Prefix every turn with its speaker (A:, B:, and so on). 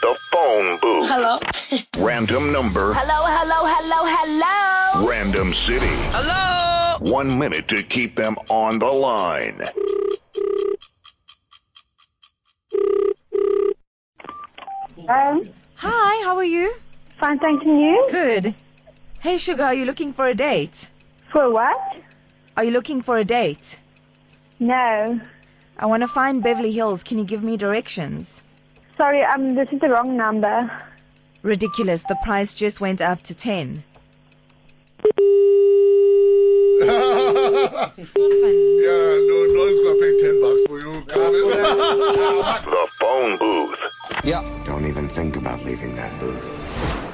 A: phone booth.
B: Hello.
A: Random number.
B: Hello, hello, hello, hello.
A: Random city.
B: Hello.
A: One minute to keep them on the line.
C: Um,
D: Hi, how are you?
C: fine, thank you.
D: Good. Hey, sugar, are you looking for a date?
C: For what?
D: Are you looking for a date?
C: No.
D: I want to find Beverly Hills. Can you give me directions?
C: Sorry, um, this is the wrong number.
D: Ridiculous. The price just went up to 10.
E: Yeah, no, no one's gonna pay ten bucks for you. Come in.
A: The phone booth.
F: Don't even think about leaving that booth.